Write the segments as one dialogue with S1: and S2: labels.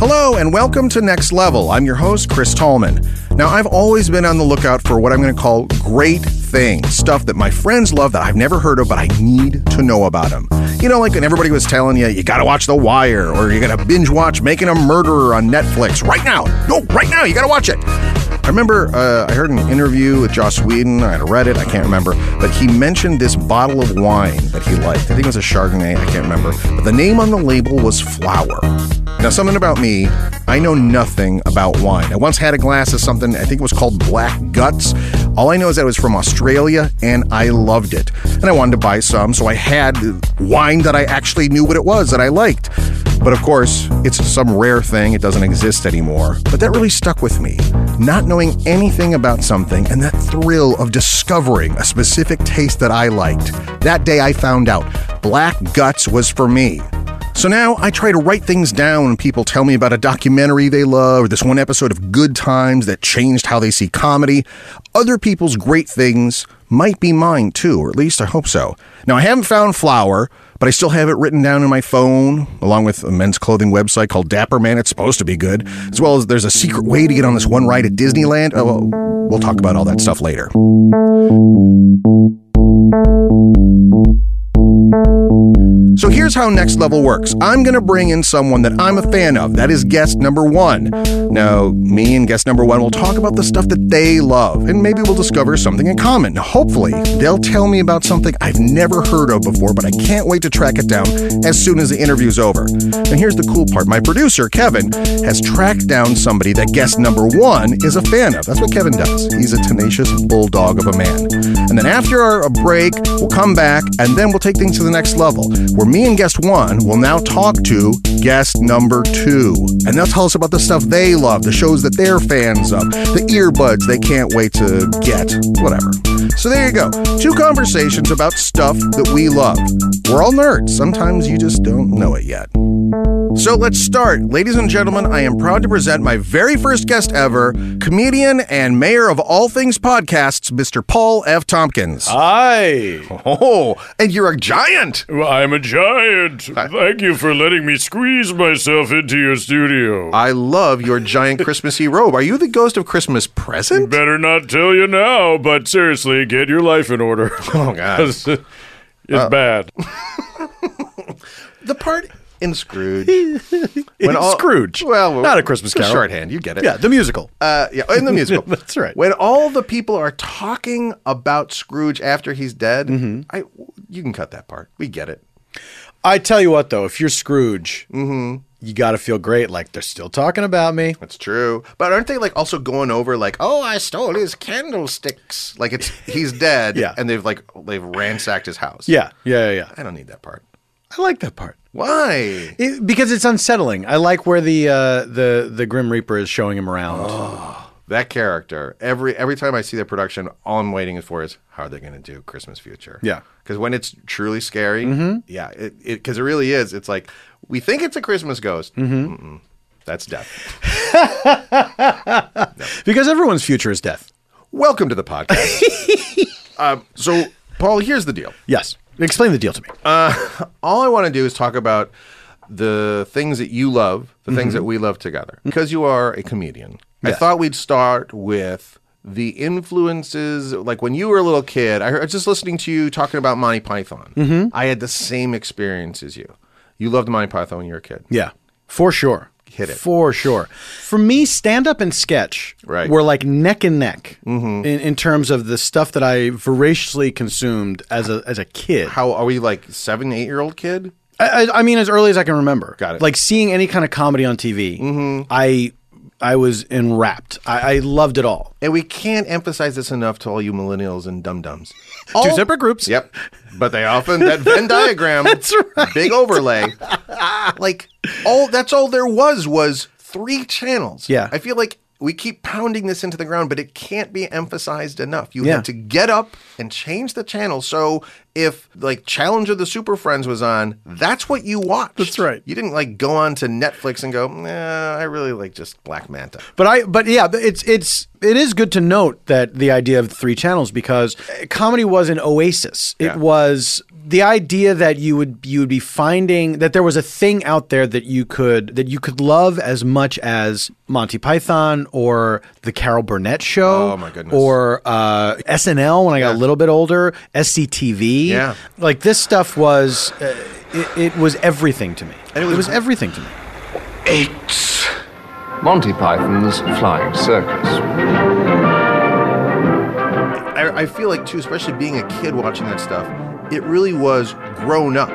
S1: Hello, and welcome to Next Level. I'm your host, Chris Tallman. Now, I've always been on the lookout for what I'm going to call great things, stuff that my friends love that I've never heard of, but I need to know about them. You know, like when everybody was telling you, you got to watch The Wire, or you got to binge watch Making a Murderer on Netflix right now. No, right now, you got to watch it. I remember uh, I heard an interview with Joss Whedon. I read it, I can't remember, but he mentioned this bottle of wine that he liked. I think it was a Chardonnay, I can't remember. But the name on the label was Flower. Now, something about me, I know nothing about wine. I once had a glass of something, I think it was called Black Guts. All I know is that it was from Australia and I loved it. And I wanted to buy some, so I had wine that I actually knew what it was that I liked. But of course, it's some rare thing, it doesn't exist anymore. But that really stuck with me. Not knowing anything about something and that thrill of discovering a specific taste that I liked. That day I found out Black Guts was for me. So now I try to write things down when people tell me about a documentary they love, or this one episode of Good Times that changed how they see comedy. Other people's great things might be mine too, or at least I hope so. Now I haven't found flour, but I still have it written down in my phone, along with a men's clothing website called Dapper Man. It's supposed to be good, as well as there's a secret way to get on this one ride at Disneyland. Oh, well, we'll talk about all that stuff later. So here's how Next Level works. I'm going to bring in someone that I'm a fan of. That is guest number one. Now, me and guest number one will talk about the stuff that they love, and maybe we'll discover something in common. Hopefully, they'll tell me about something I've never heard of before, but I can't wait to track it down as soon as the interview's over. And here's the cool part my producer, Kevin, has tracked down somebody that guest number one is a fan of. That's what Kevin does. He's a tenacious bulldog of a man. And then after our break, we'll come back and then we'll take things to the next level where me and guest one will now talk to guest number two. And they'll tell us about the stuff they love, the shows that they're fans of, the earbuds they can't wait to get, whatever. So there you go. Two conversations about stuff that we love. We're all nerds. Sometimes you just don't know it yet. So let's start. Ladies and gentlemen, I am proud to present my very first guest ever, comedian and mayor of all things podcasts, Mr. Paul F. Tompkins.
S2: Hi.
S1: Oh, and you're a giant.
S2: Well, I'm a giant. Thank you for letting me squeeze myself into your studio.
S1: I love your giant Christmassy robe. Are you the ghost of Christmas present?
S2: Better not tell you now, but seriously, get your life in order.
S1: Oh God!
S2: it's Uh, bad.
S1: The part in Scrooge. When all-
S3: Scrooge.
S1: Well,
S3: Not a Christmas
S1: it's
S3: Carol.
S1: Shorthand, you get it.
S3: Yeah, the musical.
S1: Uh, yeah, in the musical.
S3: That's right.
S1: When all the people are talking about Scrooge after he's dead,
S3: Mm-hmm.
S1: I you can cut that part. We get it.
S3: I tell you what, though, if you're Scrooge,
S1: Mm-hmm.
S3: you got to feel great. Like they're still talking about me.
S1: That's true. But aren't they like also going over like, oh, I stole his candlesticks? Like it's he's dead.
S3: Yeah.
S1: and they've like they've ransacked his house.
S3: Yeah, yeah, yeah. yeah.
S1: I don't need that part.
S3: I like that part
S1: Why?
S3: It- because it's unsettling. I like where the uh, the the Grim Reaper is showing him around.
S1: Oh. that character every every time i see that production all i'm waiting for is how are they going to do christmas future
S3: Yeah.
S1: because when it's truly scary yeah it because it, really is it's like we think it's a christmas ghost Mm-mm. that's death
S3: Because everyone's future is death.
S1: welcome to the podcast um, so paul here's the deal
S3: Yes. Explain the deal to me.
S1: Uh. all i want to do is talk about the things that you love the things that we love together because you are a comedian i
S3: Yes.
S1: thought we'd start with the influences like when you were a little kid i heard I was just listening to you talking about monty python i had the same experience as you you loved monty python when you were a kid
S3: Yeah, for sure.
S1: Hit it.
S3: For sure. For me, stand up and sketch
S1: Right. Mm-hmm.
S3: were like neck and neck in, in terms of the stuff that I voraciously consumed as a, as a kid.
S1: how are we like seven eight year old kid
S3: I, I- I mean, as early as I can remember.
S1: Got it.
S3: Like seeing any kind of comedy on TV, I I was enwrapped. I, I loved it all.
S1: and we can't emphasize this enough to all you millennials and dum dums
S3: Two separate groups.
S1: Yep. But they often that Venn diagram that's right. big overlay. like all that's all there was was three channels.
S3: Yeah.
S1: I feel like we keep pounding this into the ground, but it can't be emphasized enough. You
S3: Yeah.
S1: had to get up and change the channel. So if like Challenge of the Super Friends was on, that's what you watched.
S3: That's right.
S1: You didn't like go on to Netflix and go, nah, I really like just Black Manta.
S3: But I, but yeah, but it's it's it is good to note that the idea of three channels because comedy was an oasis.
S1: Yeah.
S3: It was the idea that you would you would be finding that there was a thing out there that you could that you could love as much as Monty Python or the Carol Burnett show.
S1: Oh, my goodness.
S3: Or uh, SNL when I got a little bit older, SCTV.
S1: Yeah.
S3: like this stuff was uh, it, it was everything to me.
S1: And it
S3: it
S1: was-
S3: was everything to me.
S4: Monty Python's Flying Circus.
S1: I, I feel like too, especially being a kid watching that stuff, it really was grown up.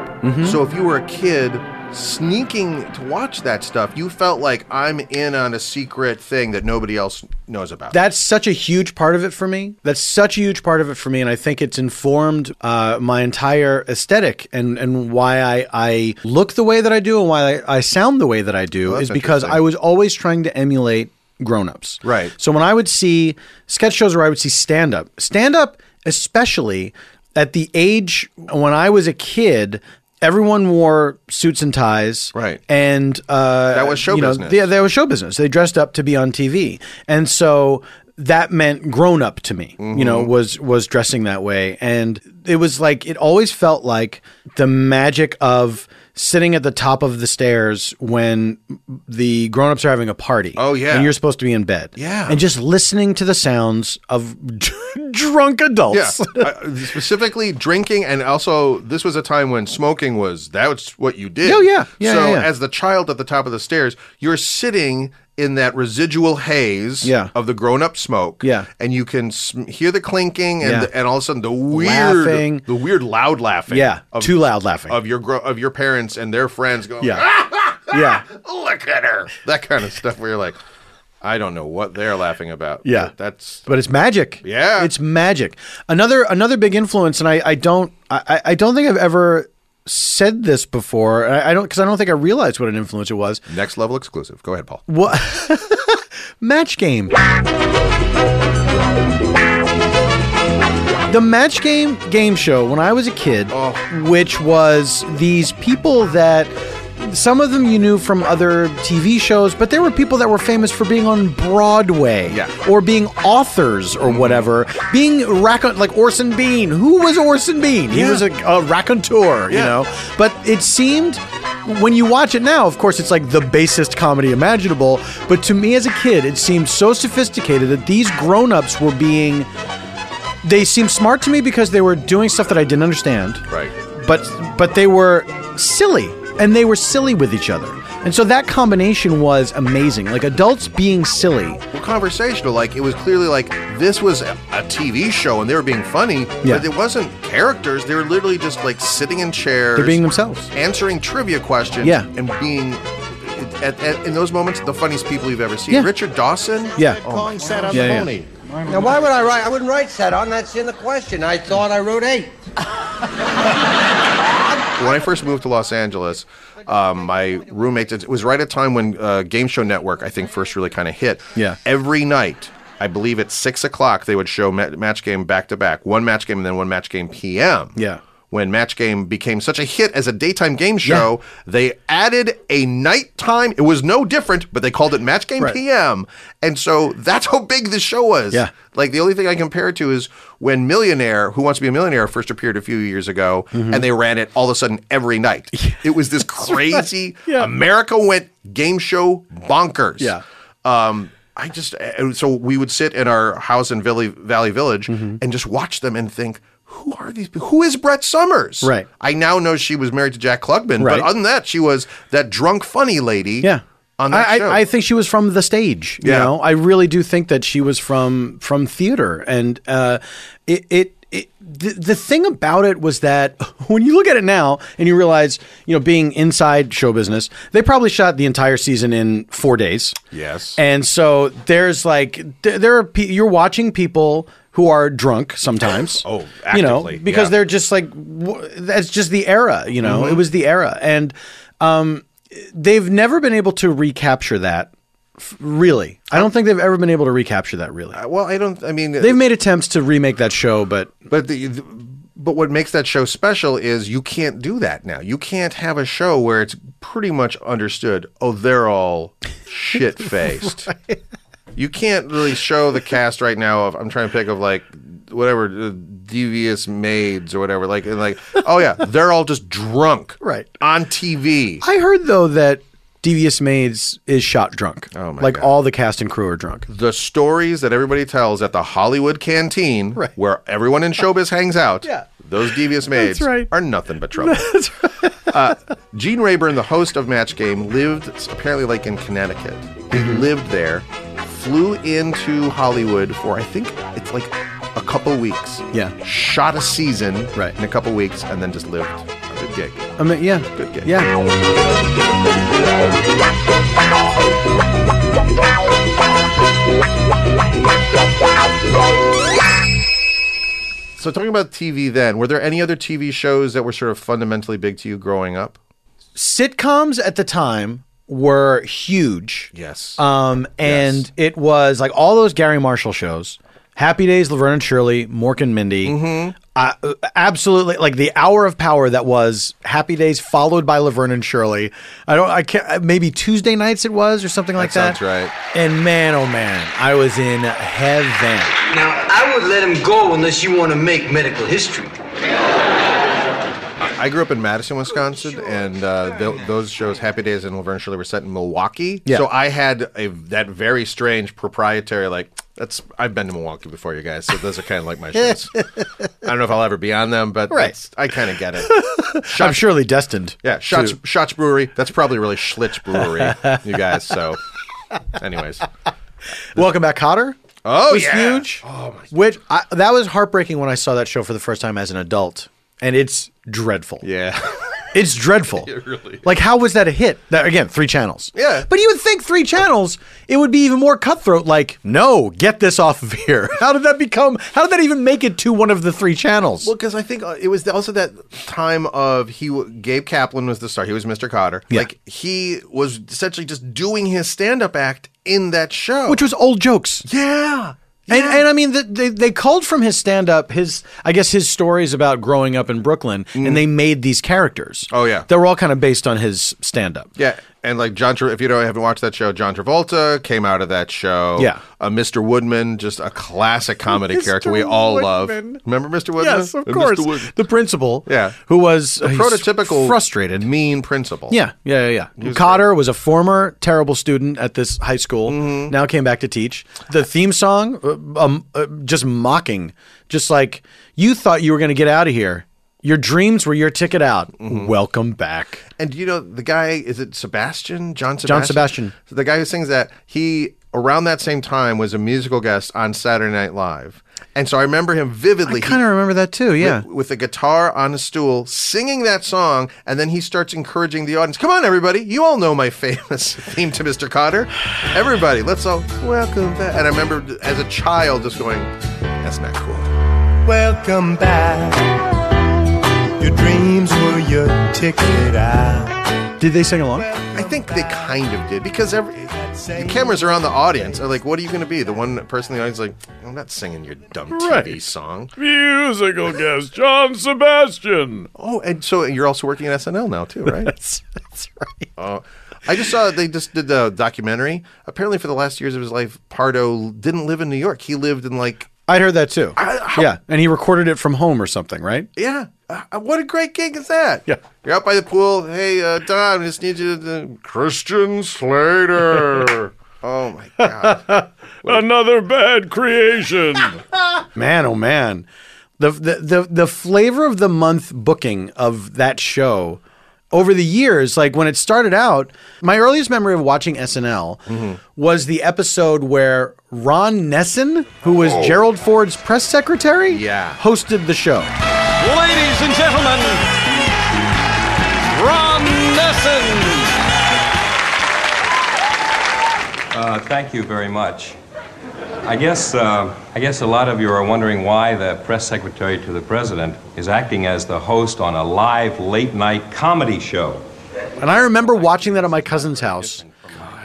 S1: So if you were a kid sneaking to watch that stuff, you felt like I'm in on a secret thing that nobody else knows about.
S3: that's such a huge part of it for me. That's such a huge part of it for me, and I think it's informed uh, my entire aesthetic and and why I, I look the way that I do and why I, I sound the way that I do
S1: Oh, that's
S3: is because
S1: interesting.
S3: I was always trying to emulate grown-ups.
S1: Right.
S3: So when I would see sketch shows or I would see stand-up, stand-up especially at the age when I was a kid. Everyone wore suits and ties,
S1: Right.
S3: And uh,
S1: That was show
S3: you know,
S1: business.
S3: yeah, that was show business. They dressed up to be on TV, and so that meant grown up to me. You
S1: Mm-hmm.
S3: know, was was dressing that way, and it was like it always felt like the magic of sitting at the top of the stairs when the grown ups are having a party.
S1: Oh, yeah.
S3: and you're supposed to be in bed.
S1: Yeah.
S3: and just listening to the sounds of drunk
S1: yeah,
S3: adults.
S1: Uh, specifically drinking, and also this was a time when smoking was that's what you did.
S3: Oh, yeah. Yeah,
S1: so
S3: yeah, yeah.
S1: as the child at the top of the stairs, you're sitting in that residual haze
S3: Yeah.
S1: of the grown-up smoke.
S3: Yeah.
S1: and you can sm- hear the clinking, and
S3: Yeah.
S1: and all of a sudden the weird,
S3: Laughing.
S1: the weird loud laughing.
S3: Yeah,
S1: of-
S3: too loud laughing.
S1: of your gro- of your parents and their friends going,
S3: Yeah.
S1: "Ah,
S3: yeah.
S1: look at her, that kind of stuff. Where you're like, I don't know what they're laughing about.
S3: Yeah.
S1: but that's
S3: but it's magic.
S1: Yeah.
S3: it's magic. Another another big influence, and I I don't I, I I don't think I've ever said this before. I, I don't because I don't think I realized what an influence it was.
S1: next level exclusive. Go ahead, Paul.
S3: What match game? The Match Game game show when I was a kid,
S1: Oh.
S3: which was these people that some of them you knew from other TV shows, but there were people that were famous for being on Broadway
S1: Yeah. Mm-hmm.
S3: or being authors or whatever, being raconteur, like Orson Bean. Who was Orson Bean? He was a, a raconteur, you
S1: Yeah.
S3: know? But it seemed. When you watch it now, of course, it's like the basest comedy imaginable. But to me as a kid, it seemed so sophisticated that these grown ups were being they seemed smart to me because they were doing stuff that I didn't understand.
S1: Right.
S3: But but they were silly and they were silly with each other. And so that combination was amazing. Like adults being silly.
S1: Well, conversational. Like it was clearly like this was a, a TV show and they were being funny,
S3: Yeah.
S1: but it wasn't characters. They were literally just like sitting in chairs,
S3: They're being themselves.
S1: answering trivia questions,
S3: Yeah.
S1: and being. At, at, in those moments, the funniest people you've ever seen.
S3: Yeah.
S1: Richard Dawson. Oh
S3: Yeah.
S5: Kong sat on the
S3: Yeah, yeah.
S5: pony.
S6: Now, why would I write? I wouldn't write set on. That's in the question. I thought I wrote eight.
S1: when I first moved to Los Angeles, um, my roommates, it was right at a time when uh, Game Show Network, I think, first really kind of hit.
S3: Yeah.
S1: Every night, I believe at six o'clock, they would show ma- match game back to back, one match game and then one match game PM.
S3: Yeah.
S1: When Match Game became such a hit as a daytime game show, they added a nighttime. It was no different, but they called it Match Game
S3: Right.
S1: PM. And so that's how big the show was.
S3: Yeah.
S1: Like the only thing I compare it to is when Millionaire, Who Wants to Be a Millionaire, first appeared a few years ago,
S3: Mm-hmm.
S1: and they ran it all of a sudden every night. It was this crazy.
S3: Yeah.
S1: America went game show bonkers.
S3: Yeah.
S1: Um, I just and so we would sit in our house in Valley, Valley Village
S3: Mm-hmm.
S1: and just watch them and think, who are these? people? Who is Brett Summers?
S3: Right.
S1: I now know she was married to Jack Klugman,
S3: Right.
S1: but other than that, she was that drunk funny lady.
S3: Yeah.
S1: On that
S3: I,
S1: show.
S3: I, I think she was from the stage. You
S1: Yeah.
S3: know, I really do think that she was from from theater, and uh, it it. it the, the thing about it was that when you look at it now and you realize, you know, being inside show business, they probably shot the entire season in four days.
S1: Yes.
S3: And so there's like th- there are pe- you're watching people who are drunk sometimes.
S7: Oh,
S3: you know,
S7: actively,
S3: because
S7: yeah.
S3: they're just like w- that's just the era. You
S1: Mm-hmm.
S3: know, it was the era, and um, they've never been able to recapture that. f- Really, I don't think they've ever been able to recapture that. Really,
S1: well, I don't. I mean,
S3: they've made attempts to remake that show, but
S1: But the, the- but what makes that show special is you can't do that now. You can't have a show where it's pretty much understood. Oh, they're all shit faced. You can't really show the cast right now. Of I'm trying to pick of like whatever uh, devious maids or whatever. Like and like oh yeah, they're all just drunk
S3: Right.
S1: on TV.
S3: I heard though that Devious Maids is shot drunk.
S1: Oh, my
S3: like
S1: God.
S3: all the cast and crew are drunk.
S1: the stories that everybody tells at the Hollywood canteen,
S3: Right.
S1: where everyone in showbiz hangs out,
S3: Yeah.
S1: those devious maids
S3: right.
S1: are nothing but trouble. Uh, Gene Rayburn, the host of Match Game, lived apparently like in Connecticut. He
S3: Mm-hmm.
S1: lived there, flew into Hollywood for I think it's like a couple weeks.
S3: Yeah.
S1: shot a season
S3: Right.
S1: in a couple weeks, and then just lived a good gig.
S3: I mean, yeah,
S1: Good game.
S3: yeah.
S1: So talking about TV, then were there any other TV shows that were sort of fundamentally big to you growing up?
S3: sitcoms at the time were huge.
S1: Yes.
S3: Um, and it was like all those Gary Marshall shows, Happy Days, Laverne and Shirley, Mork and Mindy.
S1: Mm-hmm.
S3: I- Uh, absolutely, like the hour of power that was Happy Days followed by Laverne and Shirley. I don't, I can't. Maybe Tuesday nights it was or something like that.
S1: sounds right.
S3: And man, oh man, I was in heaven.
S6: Now, I would let him go unless you want to make medical history.
S1: I grew up in Madison, Wisconsin, and uh, th- those shows, Happy Days and Laverne and Shirley, were set in Milwaukee.
S3: Yeah.
S1: So I had a that very strange proprietary like that's I've been to Milwaukee before, you guys. So those are kind of like my shows. I don't know if I'll ever be on them, but
S3: Right.
S1: that's- I kind of get it.
S3: I'm surely destined.
S1: Yeah, Shots Shots Brewery. That's probably really Schlitz Brewery, you guys. So, anyways,
S3: Welcome back, Cotter.
S1: Oh,
S3: was
S1: yeah.
S3: huge. Which I, that was heartbreaking when I saw that show for the first time as an adult, and it's dreadful.
S1: yeah,
S3: It's dreadful. it
S1: really is.
S3: Like, how was that a hit? That, again, three channels.
S1: Yeah.
S3: But you would think three channels, it would be even more cutthroat. Like, no, get this off of here. How did that become? How did that even make it to one of the three channels?
S1: Well, because I think uh, it was also that time of he w- Gabe Kaplan was the star. He was Mr. Cotter.
S3: Yeah.
S1: Like he was essentially just doing his stand-up act in that show,
S3: Which was old jokes.
S1: yeah.
S3: And, and I mean, the, they, they culled from his stand up, his, I guess, his stories about growing up in Brooklyn, and they made these characters.
S1: Mm. Oh, yeah.
S3: They were all kind of based on his stand up.
S1: Yeah, and like John, Tra- if you don't haven't watched that show, John Travolta came out of that show.
S3: Yeah.
S1: uh, Mr. Woodman, just a classic comedy
S3: Mr.
S1: character we all love.
S3: Woodman.
S1: Remember Mr. Woodman?
S3: Yes, of
S1: And Uh, Mr.
S3: course.
S1: Wood-
S3: The principal,
S1: Yeah.
S3: who was uh, he's
S1: Prototypical
S3: frustrated.
S1: mean principal.
S3: Yeah, yeah, yeah. yeah. Cotter was a former terrible student at this high school.
S1: Mm-hmm.
S3: Now came back to teach. The theme song, uh, um, uh, just mocking, just like you thought you were going to get out of here. Your dreams were your ticket out.
S1: Mm-hmm.
S3: Welcome back.
S1: And do you know the guy? Is it Sebastian? John Sebastian.
S3: John Sebastian.
S1: The guy who sings that. He around that same time was a musical guest on Saturday Night Live, and so I remember him vividly.
S3: Kind
S1: He-
S3: of remember that too. Yeah.
S1: With, with a guitar on a stool, singing that song, and then he starts encouraging the audience. Come on, everybody! You all know my famous theme to Mr. Cotter. Everybody, let's all welcome back. And I remember as a child just going, "That's not cool."
S5: Welcome back. Your dreams were your ticket out.
S3: Did they sing along?
S1: I think they kind of did because every the cameras are on the audience. Are like, what are you going to be? The one person in the audience is like, I'm not singing your dumb TV
S8: Right.
S1: song.
S8: Musical guest John Sebastian.
S1: Oh, and so you're also working at SNL now too, right?
S3: That's, that's right.
S1: Oh, I just saw they just did the documentary. Apparently, for the last years of his life, Pardo didn't live in New York. He lived in like,
S3: I'd heard that too.
S1: I- how-
S3: yeah, and he recorded it from home or something, right?
S1: yeah, uh, what a great gig is that? Yeah, you're out by the pool. Hey, uh, Don, I just need you to Christian Slater. Oh my god.
S8: Another bad creation.
S3: Man, oh man, the, the the the flavor of the month booking of that show over the years, like when it started out, my earliest memory of watching SNL was the episode where Ron Nessen, who was Gerald Ford's press secretary,
S1: Yeah.
S3: hosted the show.
S9: Ladies and gentlemen, Ron Nessen. Uh, thank you very much. I guess, uh, I guess a lot of you are wondering why the press secretary to the president is acting as the host on a live late night comedy show.
S3: And I remember watching that at my cousin's house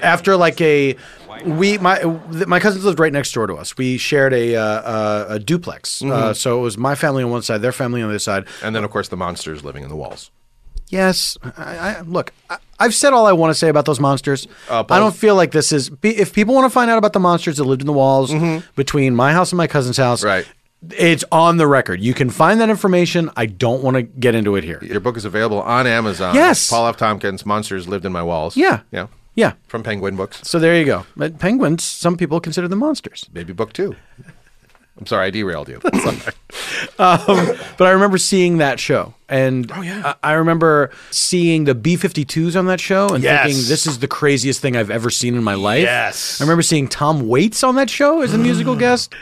S3: after like a we my th- my cousins lived right next door to us. We shared a uh, uh, a duplex, uh, so it was my family on one side, their family on the other side.
S1: and then of course the monsters living in the walls.
S3: Yes, I, I, look, I, I've said all I want to say about those monsters.
S1: Paul-
S3: I don't feel like this is. be- If people want to find out about the monsters that lived in the walls between my house and my cousin's house,
S1: Right.
S3: It's on the record. You can find that information. I don't want to get into it here.
S1: Your book is available on Amazon.
S3: Yes.
S1: Paul F. Tompkins, Monsters Lived in My Walls.
S3: Yeah.
S1: Yeah.
S3: Yeah.
S1: From Penguin Books.
S3: So there you go. But penguins, some people consider them monsters.
S1: Maybe book two. I'm sorry, I derailed you.
S3: But I remember seeing that show, and oh yeah, I, I remember seeing the B-52s on that show, and
S8: Yes.
S3: thinking this is the craziest thing I've ever seen in my life.
S8: Yes.
S3: I remember seeing Tom Waits on that show as a musical guest.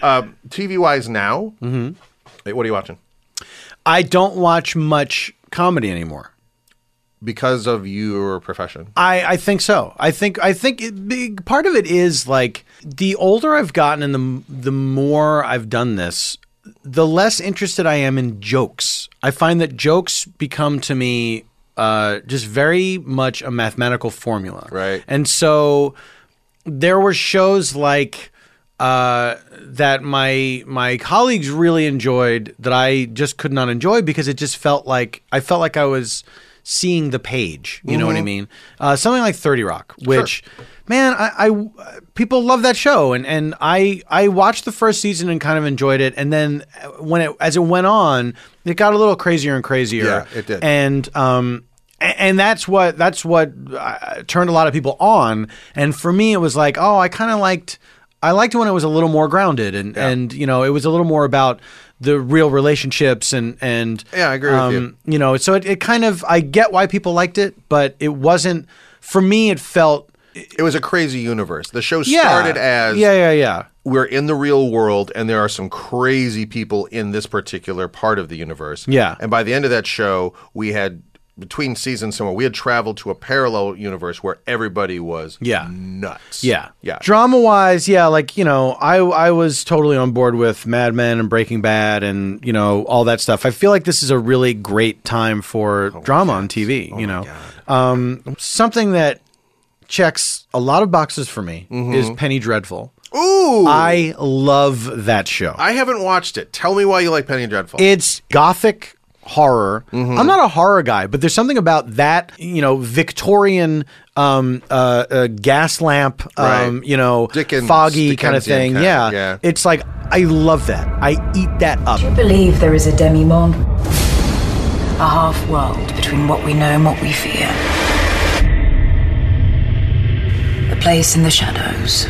S1: TV wise now. Mm-hmm. what are you watching?
S3: I don't watch much comedy anymore.
S1: Because of your profession.
S3: I, I think so. I think I think it, big part of it is like the older I've gotten and the m- the more I've done this, the less interested I am in jokes. I find that jokes become to me uh, just very much a mathematical formula.
S1: Right.
S3: And so there were shows like uh, that my my colleagues really enjoyed that I just could not enjoy because it just felt like I felt like I was seeing the page. You know
S1: Mm-hmm.
S3: what I mean? Uh, something like Thirty Rock, which man, I, I people love that show, and and I I watched the first season and kind of enjoyed it, and then when it as it went on, it got a little crazier and crazier.
S1: Yeah, it did.
S3: And um, a- and that's what that's what uh, turned a lot of people on. And for me, it was like, oh, I kind of liked. I liked when it was a little more grounded, and, and you know, it was a little more about the real relationships, and and um,
S1: Yeah, I agree with you.
S3: You know, so it, it kind of I get why people liked it, but it wasn't for me. It felt
S1: It was a crazy universe. The show
S3: yeah,
S1: started as
S3: yeah, yeah, yeah.
S1: we're in the real world and there are some crazy people in this particular part of the universe.
S3: Yeah.
S1: And by the end of that show, we had between seasons somewhere, we had traveled to a parallel universe where everybody was
S3: Yeah.
S1: nuts.
S3: Yeah.
S1: Yeah.
S3: Drama wise, yeah, like, you know, I I was totally on board with Mad Men and Breaking Bad and, you know, all that stuff. I feel like this is a really great time for drama on TV, you know. Um something that checks a lot of boxes for me is Penny Dreadful.
S1: Ooh.
S3: I love that show.
S1: I haven't watched it. Tell me why you like Penny Dreadful.
S3: It's gothic horror.
S1: Mm-hmm.
S3: I'm not a horror guy, but there's something about that, you know, Victorian um, uh, uh, gas lamp, um,
S1: Right.
S3: you know,
S1: Dickens-
S3: foggy kind of
S1: Dickensian
S3: thing.
S1: kind,
S3: yeah.
S1: yeah.
S3: It's like, I love that. I eat that up.
S10: believe there is a demi-monde, a half-world between what we know and what we fear. A place in the shadows,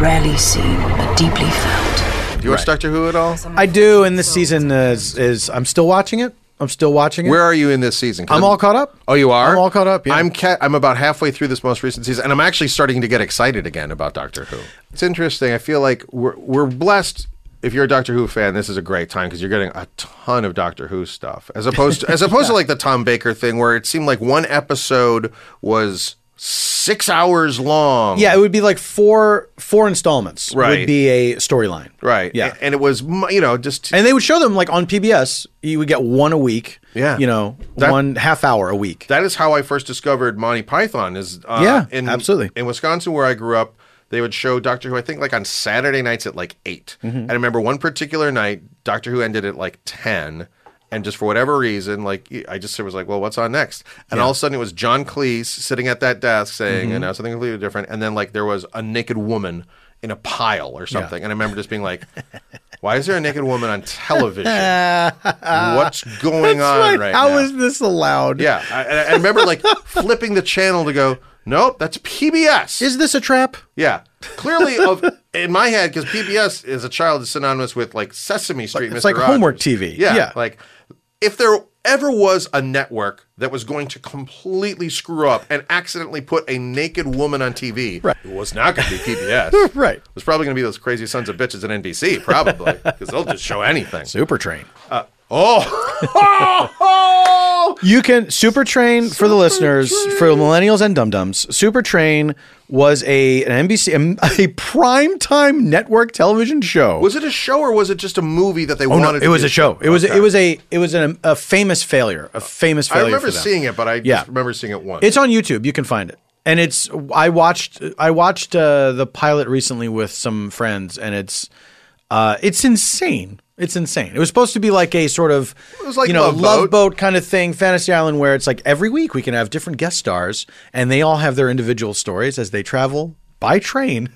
S10: rarely seen but deeply felt.
S1: Do you watch Doctor Who at all?
S3: I do, and this season is, is I'm still watching it. I'm still watching it.
S1: Where are you in this season? 'Cause
S3: I'm all caught up.
S1: Oh, you are.
S3: I'm all caught up. Yeah.
S1: I'm ca- I'm about halfway through this most recent season, and I'm actually starting to get excited again about Doctor Who. It's interesting. I feel like we're we're blessed. If you're a Doctor Who fan, this is a great time because you're getting a ton of Doctor Who stuff, as opposed to, as opposed to like the Tom Baker thing, where it seemed like one episode was six hours long.
S3: yeah, it would be like four four installments.
S1: Right.
S3: Would be a storyline.
S1: right.
S3: Yeah.
S1: A- and it was mu- you know just
S3: And they would show them like on PBS. You would get one a week.
S1: Yeah.
S3: You know,
S1: That-
S3: one half hour a week.
S1: that is how I first discovered Monty Python. Is uh,
S3: Yeah,
S1: in,
S3: absolutely.
S1: in Wisconsin where I grew up. They would show Doctor Who, I think, like on Saturday nights at like 8
S3: Mm-hmm.
S1: And I remember one particular night, Doctor Who ended at like ten, and just for whatever reason, like I just was like, "Well, what's on next?" And all of a sudden, it was John Cleese sitting at that desk saying,
S3: Mm-hmm.
S1: "And now something completely different." And then like there was a naked woman in a pile or something, and I remember just being like. Why is there a naked woman on television? What's going on right
S3: How
S1: now?
S3: is this allowed?
S1: Yeah, I, I- I remember like flipping the channel to go, nope, that's PBS.
S3: Is this a trap?
S1: yeah, Clearly, of in my head, because PBS as a child is synonymous with like Sesame Street.
S3: It's
S1: Mr.
S3: like
S1: Rogers.
S3: homework TV.
S1: Yeah,
S3: yeah.
S1: Like if there ever was a network that was going to completely screw up and accidentally put a naked woman on TV, right. it was not going to be PBS.
S3: right. It
S1: was probably going to be those crazy sons of bitches at NBC, probably, because they'll just show anything.
S3: Super train.
S1: Uh, oh.
S3: You can Super Train for the listeners, for millennials and dum dums. Super Train was a an NBC a, a primetime network television show.
S1: was it a show or was it just a movie that they
S3: Oh, no,
S1: wanted?
S3: it was
S1: to
S3: a show. It was it was a it was an, a famous failure. A famous
S1: I
S3: failure.
S1: remember
S3: for them.
S1: seeing it, but I
S3: Yeah.
S1: just remember seeing it once.
S3: It's on YouTube. You can find it. And it's I watched I watched uh, the pilot recently with some friends, and it's uh, it's insane. It's insane. It was supposed to be like a sort of
S1: It was like
S3: you know
S1: Love
S3: love boat kind of thing, Fantasy Island, where it's like every week we can have different guest stars, and they all have their individual stories as they travel by train.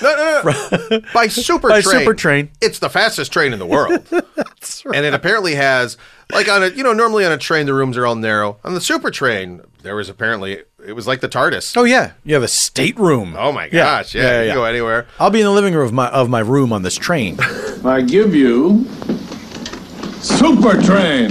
S1: No, no, no. By super
S3: By
S1: train.
S3: super train.
S1: It's the fastest train in the world. And it apparently has like on a you know normally on a train the rooms are all narrow. On the super train there was apparently it was like the TARDIS.
S3: Oh yeah, you have a stateroom.
S1: Oh my gosh, yeah, you go anywhere.
S3: I'll be in the living room of my of my room on this train.
S11: I give you Super Train.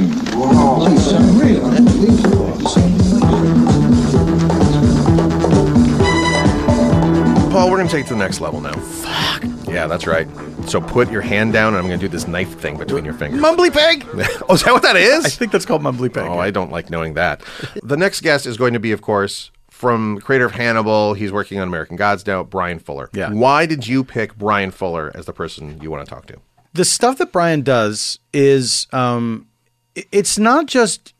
S1: Paul, we're going to take it to the next level now. Fuck. Yeah, that's right. So put your hand down and I'm going to do this knife thing between your fingers.
S3: Mumbly peg.
S1: oh, is that what that is?
S3: I think that's called mumbly peg.
S1: Oh, I don't like knowing that. The next guest is going to be, of course, from creator of Hannibal. He's working on American Gods now, Brian Fuller.
S3: Yeah.
S1: Why did you pick Brian Fuller as the person you want to talk to?
S3: the stuff that Brian does is um, i- it's not just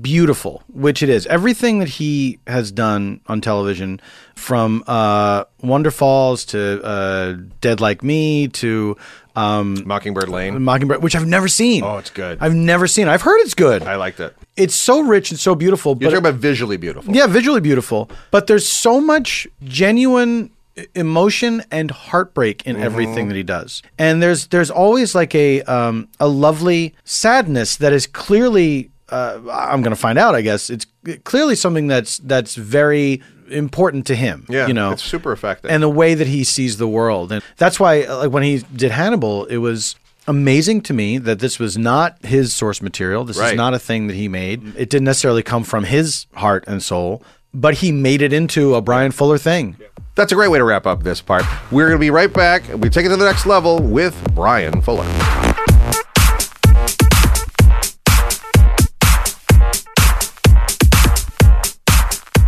S3: beautiful, which it is. Everything that he has done on television, from uh, Wonder Falls to uh, Dead Like Me to um,
S1: Mockingbird Lane,
S3: Mockingbird, which I've never seen. Oh,
S1: it's good.
S3: I've never seen. it. I've heard it's good.
S1: I liked it.
S3: It's so rich and so beautiful.
S1: You're
S3: but
S1: talking about visually beautiful.
S3: yeah, visually beautiful, but there's so much genuine e- emotion and heartbreak in everything
S1: Mm-hmm.
S3: that he does. And there's there's always like a um, a lovely sadness that is clearly uh, I'm going to find out, I guess. It's clearly something that's that's very important to him,
S1: Yeah,
S3: you know.
S1: it's super effective.
S3: And the way that he sees the world. And that's why uh, like when he did Hannibal, it was amazing to me that this was not his source material. This
S1: Right.
S3: is not a thing that he made. It didn't necessarily come from his heart and soul, but he made it into a Brian Fuller thing.
S1: That's a great way to wrap up this part. We're going to be right back. We take it to the next level with Brian Fuller.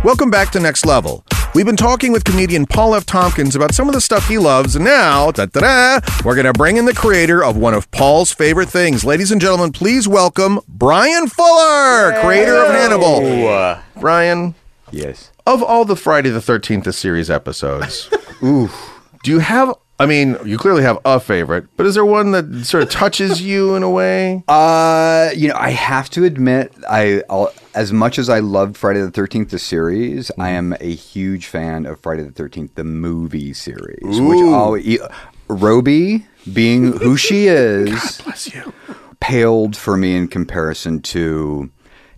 S7: Welcome back to Next Level. We've been talking with comedian Paul F. Tompkins about some of the stuff he loves, and now, da da we're going to bring in the creator of one of Paul's favorite things. Ladies and gentlemen, please welcome Brian Fuller, creator of Hannibal.
S1: Brian,
S12: Yes.
S1: of all the Friday the 13th series episodes, ooh, do you have, I mean, you clearly have a favorite, but is there one that sort of touches you in a way?
S12: Uh, you know, I have to admit, I I'll, as much as I loved Friday the Thirteenth the series, I
S1: Mm-hmm.
S12: am a huge fan of Friday the Thirteenth the movie series, which
S13: Ooh.
S12: always Roby being who she is. paled for me in comparison to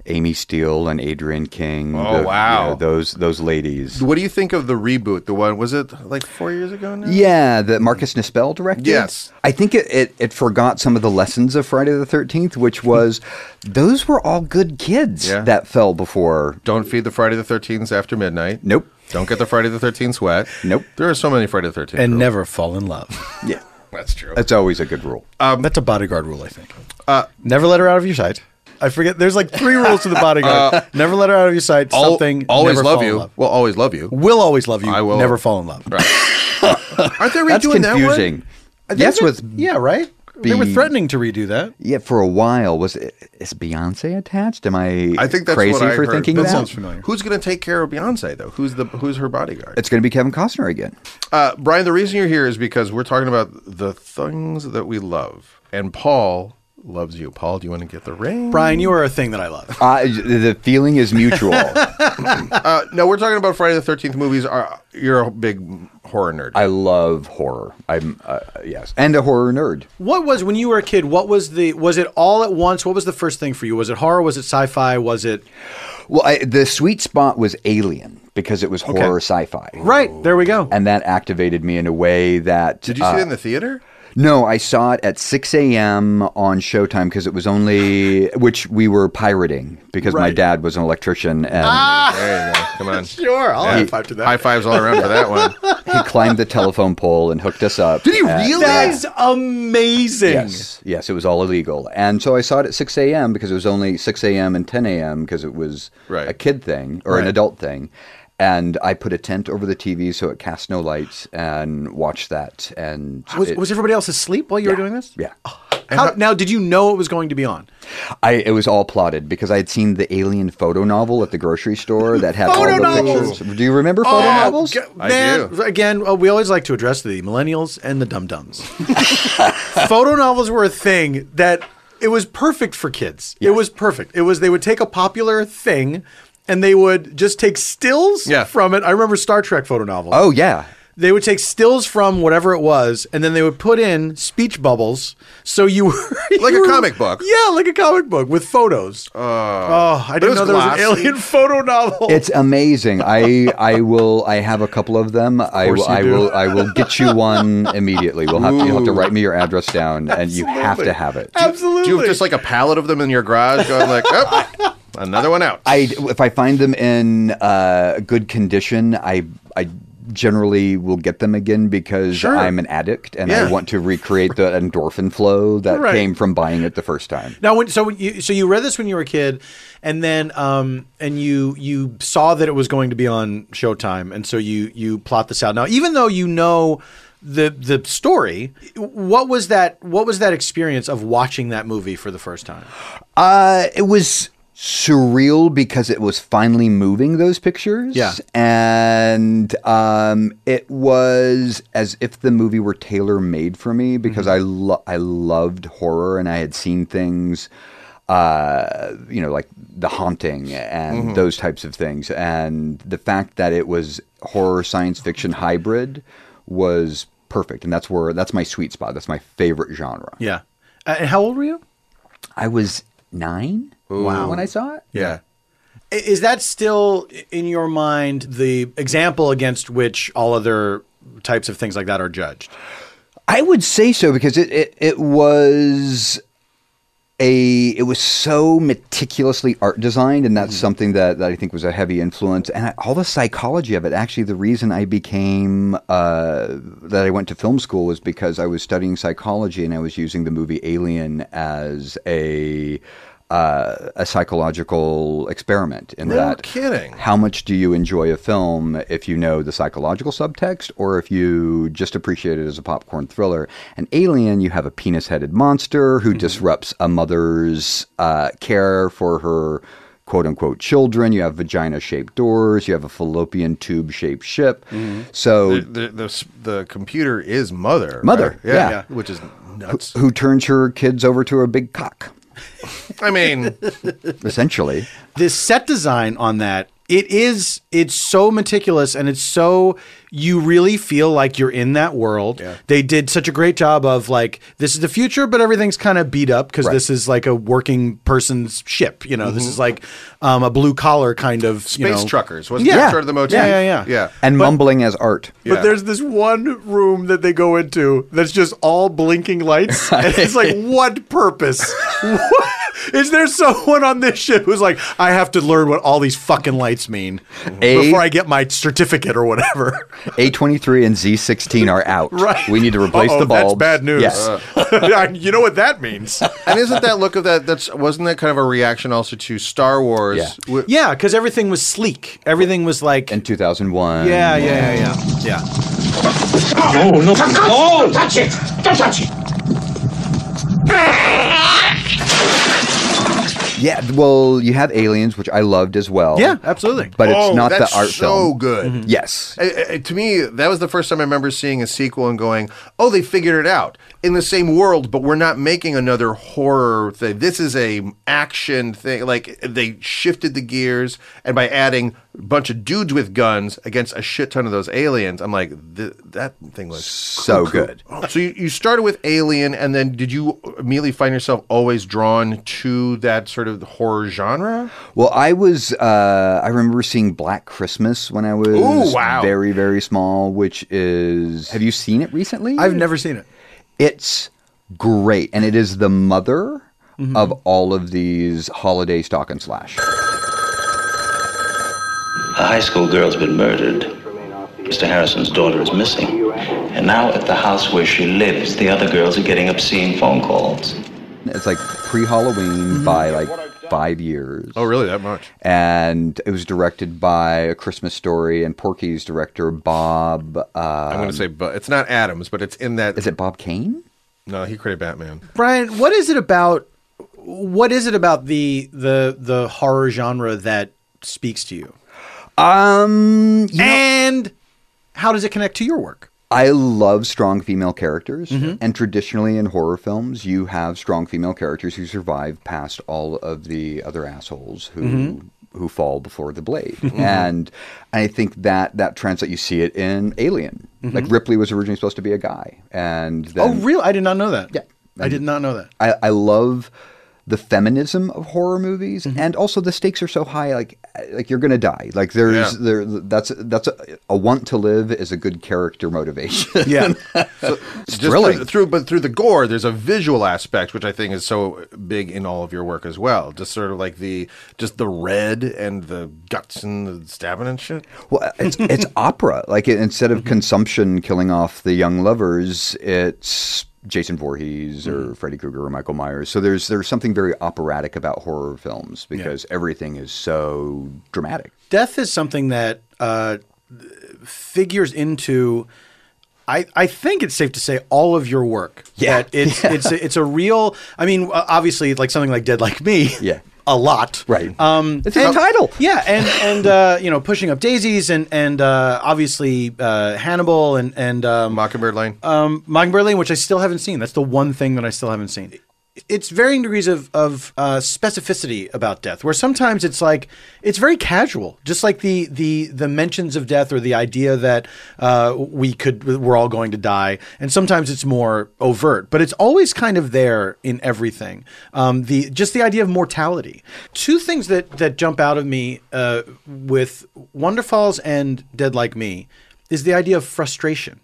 S12: Amy Steele and Adrian King.
S1: Oh,
S12: the-
S1: wow.
S12: you know, those those ladies.
S1: What do you think of the reboot? The one, was it like four years ago now?
S12: Yeah, that Marcus Nispel directed.
S1: Yes.
S12: I think it, it, it forgot some of the lessons of Friday the 13th, which was those were all good kids
S1: Yeah.
S12: that fell before.
S1: Don't feed the Friday the 13th after midnight.
S12: Nope.
S1: Don't get the Friday the 13th sweat.
S12: Nope.
S1: There are so many Friday the 13th.
S3: And
S1: rules.
S3: never fall in love. Um,
S12: Yeah.
S1: That's true.
S12: That's always a good rule.
S3: That's a bodyguard rule, I think. never let her out of your sight. I forget. There's like three rules to the bodyguard.
S1: Uh, Uh,
S3: never let her out of your sight.
S1: Al-
S3: Something.
S1: always
S3: never
S1: love
S3: fall in
S1: you. Will always love you.
S3: Will always love you.
S1: I will
S3: Never fall in love.
S1: Aren't they redoing
S12: That's
S1: that one?
S12: confusing.
S3: I think
S12: Yes,
S3: that-
S12: with
S3: yeah, right. they were
S12: the-
S3: threatening to redo that.
S12: Yeah, for a while was it, is Beyonce attached? Am I?
S1: I think that's
S12: crazy
S1: what I
S12: for
S1: heard.
S12: thinking
S1: That
S12: that.
S1: sounds familiar. Who's going to take care of Beyonce though? Who's the who's her bodyguard?
S12: It's going to be Kevin Costner again.
S1: Uh, Brian, the reason you're here is because we're talking about the things that we love, and Paul loves you. Paul, do you want to get the ring?
S3: Brian, you are a thing that I love.
S12: Uh, the feeling is mutual.
S1: uh, no, we're talking about Friday the Thirteenth movies. Are Uh, you're a big
S7: horror nerd.
S12: I love horror. I'm uh, yes, and a horror nerd.
S3: What was when you were a kid? What was the was it all at once? What was the first thing for you? Was it horror? Was it sci-fi? Was it
S12: Well, I, the sweet spot was Alien because it was horror sci-fi.
S3: Right there we go.
S12: And that activated me in a way that
S1: Did you see it
S12: uh,
S1: in the theater?
S12: No, I saw it uh, at 6 a.m. on Showtime because it was only, which we were pirating because my
S1: Right.
S12: dad was an electrician and
S1: Ah. There you go. Come on.
S3: Sure, I'll high five to that.
S1: High fives all around for that one.
S12: he climbed the telephone pole and hooked us up.
S3: Did he
S12: And-
S3: really? That's amazing.
S12: Yes, yes, it was all illegal. And so I saw it at 6 a.m. because it was only 6 a.m. and 10 a.m. because it was a kid thing or an
S13: Right.
S12: adult thing. And I put a tent over the TV so it cast no lights and watched that. And
S3: Was,
S12: it-
S3: was everybody else asleep while you were doing this?
S12: yeah.
S3: How, now, did you know it was going to be on?
S12: I it was all plotted because I had seen the alien photo novel at the grocery store that had all the
S3: Photo novels!
S12: pictures. Do you remember photo
S3: Oh,
S12: novels?
S3: g- man, Again, uh, we always like to address the millennials and the dum dums. Photo novels were a thing that it was perfect for kids. It was perfect. It was they would take a popular thing and they would just take stills
S12: Yeah.
S3: from it. I remember Star Trek photo novels.
S12: Oh yeah.
S3: They would take stills from whatever it was, and then they would put in speech bubbles. So you were
S1: Like
S3: you
S1: a
S3: were-
S1: comic book.
S3: yeah, like a comic book with photos. oh, I
S1: but it
S3: didn't
S1: was
S3: know there was an
S1: glossy.
S3: alien photo novel.
S12: It's amazing. I I will. I have a couple of them. I,
S3: course
S12: will-
S3: you
S12: I
S3: do.
S12: will. I will get you one immediately. We'll have to, you'll have to write me your address down, and you have to have it.
S3: Absolutely.
S1: Do you have just like a pallet of them in your garage going like, oh, another one out?
S12: I if I find them in uh, good condition, I I generally will get them again because
S1: Sure.
S12: I'm an addict and
S3: Yeah.
S12: I want to recreate the endorphin flow that
S3: Right.
S12: came from buying it the first time.
S3: Now, when so when you so you read this when you were a kid, and then um and you you saw that it was going to be on Showtime, and so you you plot this out. Now, even though you know the the story, what was that what was that experience of watching that movie for the first time?
S12: Uh, it was surreal because it was finally moving those pictures.
S3: Yeah.
S12: And um, it was as if the movie were tailor made for me because I,
S1: Mm-hmm.
S12: lo- I loved horror and I had seen things, uh, you know, like The Haunting and
S13: Mhm.
S12: those types of things. And the fact that it was horror science fiction hybrid was perfect. And that's where that's my sweet spot. That's my favorite genre.
S3: Yeah. Uh, and how old were you?
S12: I was nine
S3: Wow.
S12: when I saw it.
S3: Yeah. Is that still in your mind the example against which all other types of things like that are judged?
S12: I would say so because it, it it was a it was so meticulously art designed, and that's
S1: Mm-hmm.
S12: something that, that I think was a heavy influence. And I, all the psychology of it, actually, the reason I became uh, that I went to film school was because I was studying psychology, and I was using the movie Alien as a uh, a psychological experiment in
S1: No
S12: that
S1: kidding.
S12: how much do you enjoy a film if you know the psychological subtext or if you just appreciate it as a popcorn thriller? An alien, you have a penis headed monster who disrupts a mother's uh, care for her quote unquote children. You have vagina shaped doors. You have a fallopian tube shaped ship. So
S1: The, the, the, s- the computer is mother.
S12: Mother,
S1: right?
S12: yeah.
S1: Which is nuts.
S12: who turns her kids over to a big cock,
S1: I mean,
S12: essentially.
S3: the set design on that it is it's so meticulous and it's so you really feel like you're in that world they did such a great job of like this is the future but everything's kind of beat up because this is like a working person's ship you know this
S1: Mhm.
S3: is like um, a blue collar kind of
S1: space truckers. Wasn't
S3: yeah.
S1: that sort of the motif?
S3: yeah yeah yeah
S1: Yeah.
S12: And mumbling as art.
S3: But there's this one room that they go into that's just all blinking lights. And it's like, what purpose? What? Is there someone on this ship who's like, I have to learn what all these fucking lights mean
S12: A-
S3: before I get my certificate or whatever?
S12: A23 and Z16 are out.
S3: Right.
S12: We need to replace
S3: Uh-oh,
S12: the
S3: Oh, that's
S12: bulbs.
S3: bad news.
S12: Yes.
S3: you know what that means.
S1: and isn't that look of that? That's wasn't that kind of a reaction also to Star Wars?
S12: Yeah.
S1: Wi-
S3: Yeah, because everything was sleek. Everything was like.
S12: In 2001.
S3: Yeah, yeah, yeah, yeah. Yeah.
S12: Oh, no.
S5: Oh! Don't touch it! Don't touch it!
S12: Yeah, well, you have Aliens, which I loved as well.
S3: Yeah, absolutely.
S12: But it's
S1: Oh,
S12: not the
S1: that's
S12: art
S1: so
S12: film. Mm-hmm.
S1: good.
S12: Yes.
S1: I- I- to me, that was the first time I remember seeing a sequel and going, "Oh, they figured it out in the same world, but we're not making another horror thing. This is a action thing. Like they shifted the gears, and by adding a bunch of dudes with guns against a shit ton of those aliens, I'm like, th- that thing was
S12: So good.
S1: So you, you started with Alien, and then did you immediately find yourself always drawn to that sort of horror genre?
S12: Well, I was, uh, I remember seeing Black Christmas when I was
S1: Ooh, wow.
S12: very, very small, which is, have you seen it recently?
S3: I've never seen it.
S12: It's great. And it is the mother
S1: Mm-hmm.
S12: of all of these holiday stock and slash.
S13: A high school girl's been murdered. Mr. Harrison's daughter is missing. And now at the house where she lives, the other girls are getting obscene phone calls.
S12: It's like pre Halloween
S1: Mm-hmm.
S12: by like five years.
S1: Oh, really? That much?
S12: And it was directed by A Christmas Story and Porky's director, Bob. Uh, I'm
S1: I'm going to say, but it's not Adams, but it's in that. Is
S12: it Bob Kane?
S1: No, he created Batman.
S3: Brian, what is it about what is it about the the the horror genre that speaks to you?
S12: Um
S3: and how does it connect to your work?
S12: I love strong female characters, and traditionally in horror films, you have strong female characters who survive past all of the other assholes who
S14: Mhm.
S12: who fall before the blade.
S14: Mhm.
S12: and I think that that translates. You see it in Alien. Like
S3: Mhm.
S12: Ripley was originally supposed to be a guy, and then,
S3: oh, really? I did not know that. Yeah. I did not know that.
S12: I, I love the feminism of horror movies, and also the stakes are so high. Like, like you're gonna die. Like there's
S3: Yeah.
S12: there that's that's a, a want to live is a good character motivation. Yeah,
S1: Just
S12: thrilling.
S1: Through, through- but through the gore, there's a visual aspect which I think is so big in all of your work as well. Just sort of like the just the red and the guts and the stabbing and shit.
S12: Well, it's it's opera. Like it, instead of consumption killing off the young lovers, it's Jason Voorhees
S1: Hmm.
S12: or Freddy Krueger or Michael Myers. So there's there's something very operatic about horror films because everything is so dramatic.
S3: Death is something that uh, figures into. I, I think it's safe to say all of your work. Yeah, it's it's a, it's a real. I mean, uh, obviously, like something like Dead Like Me.
S12: Yeah,
S3: a lot. Right. Um,
S12: it's in the title.
S3: Yeah, and and uh, you know, pushing up daisies, and and uh, obviously uh, Hannibal, and and um,
S1: Mockingbird Lane.
S12: Uh,
S3: Um, Mockingbird Lane, which I still haven't seen. That's the one thing that I still haven't seen. It's varying degrees of of uh, specificity about death, where sometimes it's like it's very casual, just like the the the mentions of death or the idea that uh, we could we're all going to die, and sometimes it's more overt, but it's always kind of there in everything. Um, the just the idea of mortality. Two things that that jump out of me uh, with Wonderfalls and Dead Like Me is the idea of frustration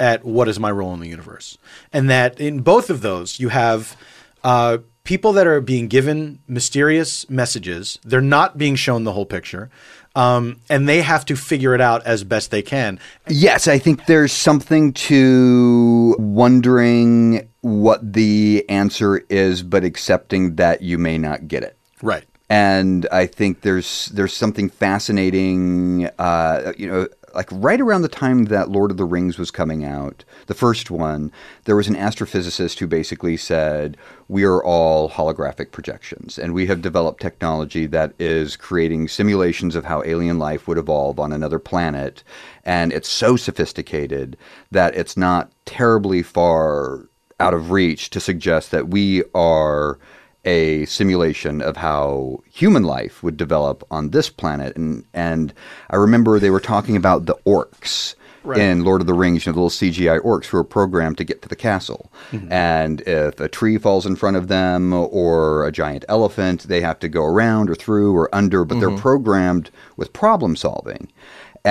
S3: at what is my role in the universe. And that in both of those, you have uh, people that are being given mysterious messages. They're not being shown the whole picture. Um, and they have to figure it out as best they can.
S12: Yes, I think there's something to wondering what the answer is, but accepting that you may not get it.
S3: Right.
S12: And I think there's there's something fascinating, uh, you know, like right around the time that Lord of the Rings was coming out, the first one, there was an astrophysicist who basically said we are all holographic projections, and we have developed technology that is creating simulations of how alien life would evolve on another planet, and it's so sophisticated that it's not terribly far out of reach to suggest that we are a simulation of how human life would develop on this planet and and I remember they were talking about the orcs
S14: Right.
S12: in Lord of the Rings, you know, the little CGI orcs who are programmed to get to the castle. And if a tree falls in front of them or a giant elephant, they have to go around or through or under, but they're
S14: Mhm.
S12: programmed with problem solving.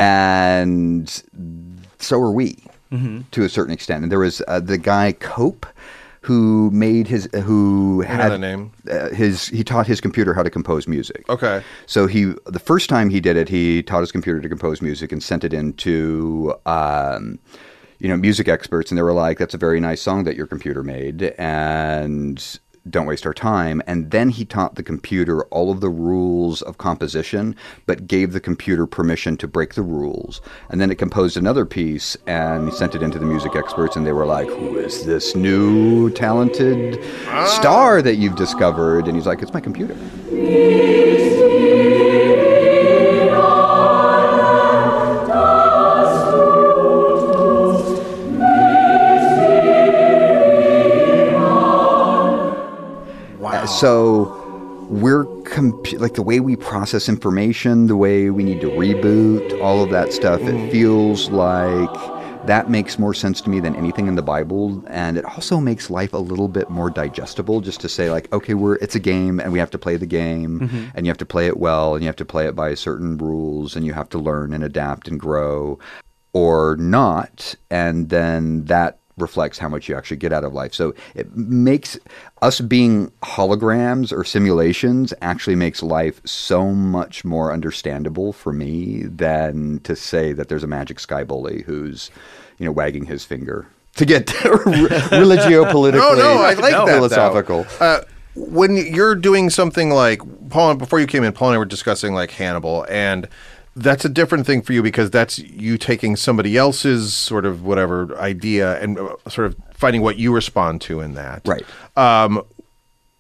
S12: And so are we
S14: Mhm.
S12: to a certain extent. And there was uh, the guy Cope who made his who
S1: know
S12: had
S1: that name.
S12: Uh, his he taught his computer how to compose music.
S1: Okay.
S12: So he the first time he did it, he taught his computer to compose music and sent it in to um, you know music experts, and they were like, "That's a very nice song that your computer made," and Don't Waste Our Time. And then he taught the computer all of the rules of composition, but gave the computer permission to break the rules. And then it composed another piece and he sent it into the music experts, and they were like, Who is this new talented
S1: Ah.
S12: star that you've discovered? And he's like, It's my computer. Uh, So we're comp- like the way we process information, the way we need to reboot, all of that stuff. It feels like that makes more sense to me than anything in the Bible, and it also makes life a little bit more digestible. Just to say, like, okay, we're it's a game, and we have to play the game,
S14: Mhm.
S12: and you have to play it well, and you have to play it by certain rules, and you have to learn and adapt and grow, or not, and then that reflects how much you actually get out of life. So it makes us being holograms or simulations actually makes life so much more understandable for me than to say that there's a magic sky bully who's, you know, wagging his finger to get religio-politically
S1: No, no, I like that. though.
S12: philosophical.
S1: Uh, when you're doing something like Paul, before you came in, Paul and I were discussing like Hannibal, and that's a different thing for you because that's you taking somebody else's sort of whatever idea and uh, sort of finding what you respond to in that. Right. Um,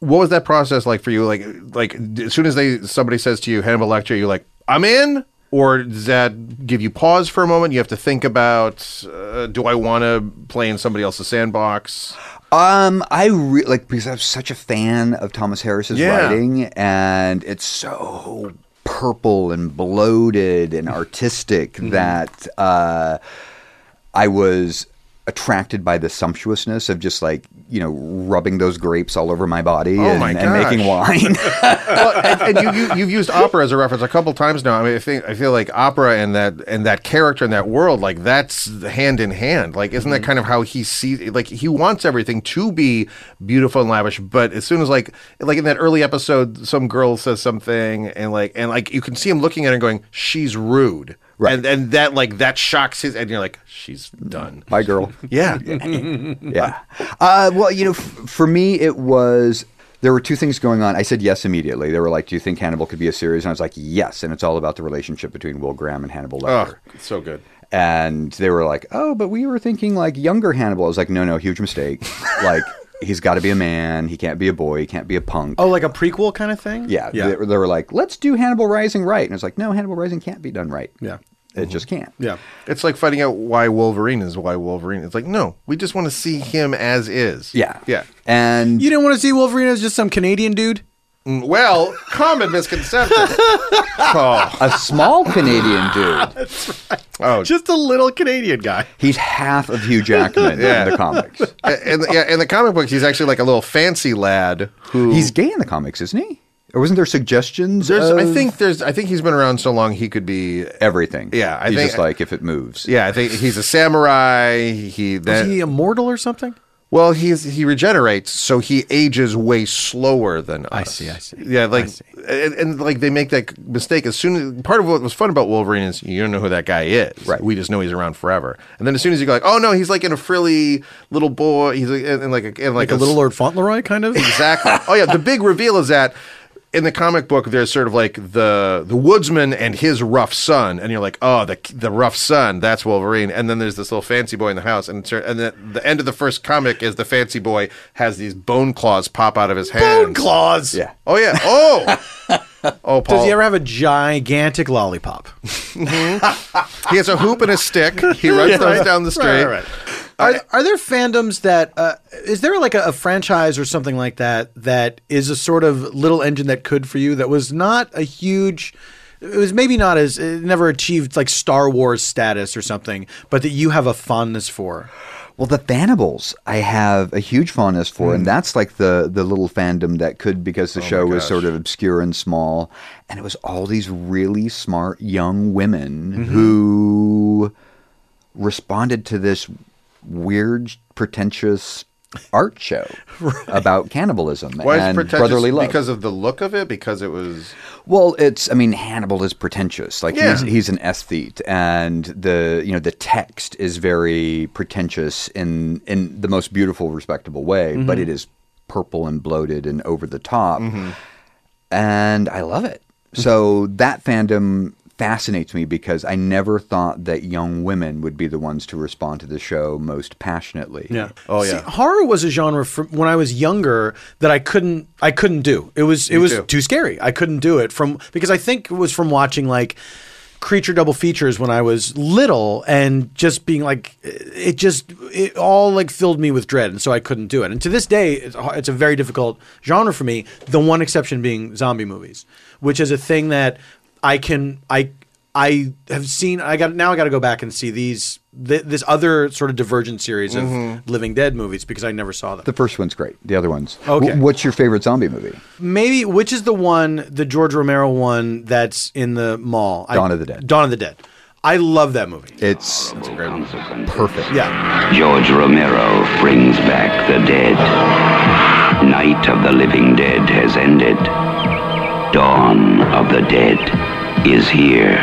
S1: what was that process like for you? Like, like as soon as they somebody says to you Hannibal Lecter, you're like, I'm in. Or does that give you pause for a moment? You have to think about, uh, do I want to play in somebody else's sandbox?
S12: Um, I re- like because I'm such a fan of Thomas Harris's
S1: Yeah.
S12: writing, and it's so purple and bloated and artistic that uh, I was attracted by the sumptuousness of just like you know rubbing those grapes all over my body
S1: Oh
S12: and,
S1: my
S12: and making
S1: gosh.
S12: wine.
S1: well, and, and you, you, you've used opera as a reference a couple times now. I mean, I think I feel like opera and that and that character and that world, like that's hand in hand. Like, isn't that kind of how he sees? Like, he wants everything to be beautiful and lavish, but as soon as like like in that early episode, some girl says something, and like and like you can see him looking at her and going, "She's rude," right? And, and that like that shocks his, and you're like, "She's done."
S12: My girl.
S1: Yeah.
S12: yeah. Uh, well, you know, f- for me, it was there were two things going on. I said yes immediately. They were like, "Do you think Hannibal could be a series?" And I was like, "Yes." And it's all about the relationship between Will Graham and Hannibal Lecter.
S1: Oh, it's so good.
S12: And they were like, "Oh, but we were thinking like younger Hannibal." I was like, "No, no, huge mistake. like, he's got to be a man. He can't be a boy. He can't be a punk."
S3: Oh, like a prequel kind of thing?
S12: Yeah,
S3: Yeah.
S12: They, they were like, "Let's do Hannibal Rising right," and it's like, "No, Hannibal Rising can't be done right.
S3: Yeah,
S12: it
S1: Mm-hmm.
S12: just can't."
S3: Yeah.
S1: It's like finding out why Wolverine is why Wolverine. It's like, no, we just want to see him as is.
S12: Yeah.
S1: Yeah.
S12: And
S3: you didn't want to see Wolverine as just some Canadian dude?
S1: Mm, Well, common misconception. oh.
S12: A small Canadian dude.
S1: Oh,
S3: Just a little Canadian guy.
S12: He's half of Hugh Jackman in the comics.
S1: and yeah, in the comic books, he's actually like a little fancy lad who
S12: he's gay in the comics, isn't he? Or wasn't there suggestions?
S1: There's, I
S12: of-
S1: think there's, I think he's been around so long he could be
S12: everything.
S1: Yeah, I
S12: He's
S1: think
S12: just like if it moves.
S1: yeah, I think he's a samurai. He
S3: Is
S1: then
S3: he immortal or something?
S1: well, he's he regenerates, so he ages way slower than us. I see, I see. Yeah, like And, and like they make that mistake as soon as part of what was fun about Wolverine is you don't know who that guy is. Right. We just know he's around forever. And then as soon as you go like, oh no, he's like in a frilly little boy. He's like and, and like a, and like
S3: Like, a little
S1: s-
S3: Lord Fauntleroy kind of?
S1: Exactly. oh yeah, the big reveal is that in the comic book there's sort of like the the woodsman and his rough son and you're like, "Oh, the the rough son, that's Wolverine." And then there's this little fancy boy in the house and tur- and the, the end of the first comic is the fancy boy has these bone claws pop out of his hands. Bone
S3: claws. Yeah.
S1: Oh yeah. Oh. oh, Paul.
S3: Does he ever have a gigantic lollipop?
S1: he has a hoop and a stick. He runs those down the street.
S3: Are, are there fandoms that uh, is there like a, a franchise or something like that that is a sort of little engine that could for you that was not a huge it was maybe not as it never achieved like Star Wars status or something but that you have a fondness for
S12: Well, the Thanables, I have a huge fondness for, and that's like the the little fandom that could because the show was sort of obscure and small, and it was all these really smart young women who responded to this weird, pretentious art show about cannibalism
S1: Why is it
S12: and
S1: pretentious?
S12: brotherly love.
S1: Because of the look of it, because it was
S12: Well, it's I mean Hannibal is pretentious. Like he's
S1: Yeah.
S12: he's an aesthete and the you know the text is very pretentious in in the most beautiful respectable way, but
S3: Mhm.
S12: it is purple and bloated and over the top. And I love it. So that fandom fascinates me because I never thought that young women would be the ones to respond to the show most passionately.
S3: Yeah. See, horror was a genre from when I was younger that I couldn't I couldn't do. It was it
S12: Me
S3: was
S12: too.
S3: too scary. I couldn't do it from because I think it was from watching like creature double features when I was little and just being like it just it all like filled me with dread and so I couldn't do it. And to this day it's a- it's a very difficult genre for me, the one exception being zombie movies, which is a thing that I can I I have seen. I got now. I got to go back and see these th- this other sort of Divergent series of
S12: Mhm.
S3: Living Dead movies because I never saw them.
S12: The first one's great. The other ones.
S3: Okay.
S12: Wh- what's your favorite zombie movie?
S3: Maybe which is the one, the George Romero one that's in the mall? I-
S12: Dawn of the Dead.
S3: Dawn of the Dead. I love that movie.
S12: It's perfect.
S3: Yeah.
S14: George Romero brings back the dead. Night of the Living Dead has ended. Dawn of the Dead is here.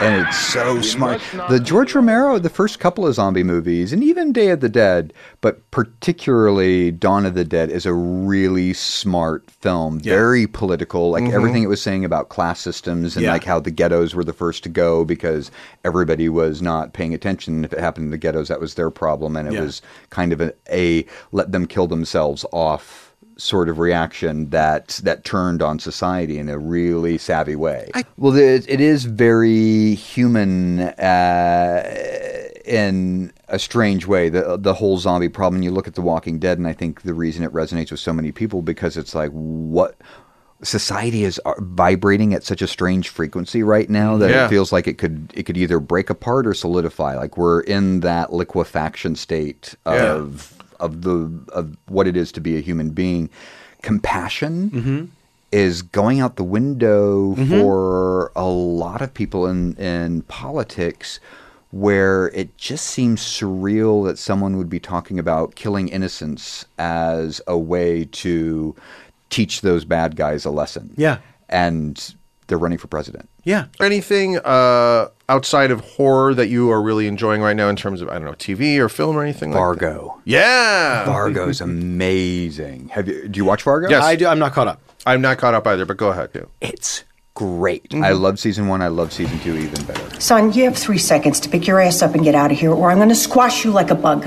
S12: And it's so smart. The George Romero, the first couple of zombie movies, and even Day of the Dead, but particularly Dawn of the Dead, is a really smart film. Very political, like
S7: Mhm.
S1: Mm-hmm.
S12: everything it was saying about class systems and
S7: Yeah.
S12: like how the ghettos were the first to go because everybody was not paying attention. If it happened in the ghettos, that was their problem, and it
S7: Yeah.
S12: was kind of a, a let them kill themselves off sort of reaction that that turned on society in a really savvy way. well, the, it is very human uh, in a strange way. The the whole zombie problem. You look at The Walking Dead, and I think the reason it resonates with so many people because it's like what. Society is uh, vibrating at such a strange frequency right now that
S7: Yeah.
S12: it feels like it could it could either break apart or solidify. Like we're in that liquefaction state of
S7: Yeah.
S12: of the of what it is to be a human being. Compassion
S1: Mm-hmm.
S12: is going out the window for a lot of people in in politics where it just seems surreal that someone would be talking about killing innocents as a way to teach those bad guys a lesson.
S3: Yeah.
S12: And they're running for president.
S3: Yeah.
S1: Anything uh, outside of horror that you are really enjoying right now in terms of I don't know TV or film or anything?
S12: Fargo.
S1: Like that? Yeah.
S12: Fargo's amazing. Have you do you watch Fargo?
S1: Yes.
S12: I
S3: do. I'm not caught up.
S1: I'm not caught up either. But go ahead, dude.
S12: It's great. I love season 1. I love season 2 even better.
S10: Son, you have three seconds to pick your ass up and get out of here, or I'm going to squash you like a bug.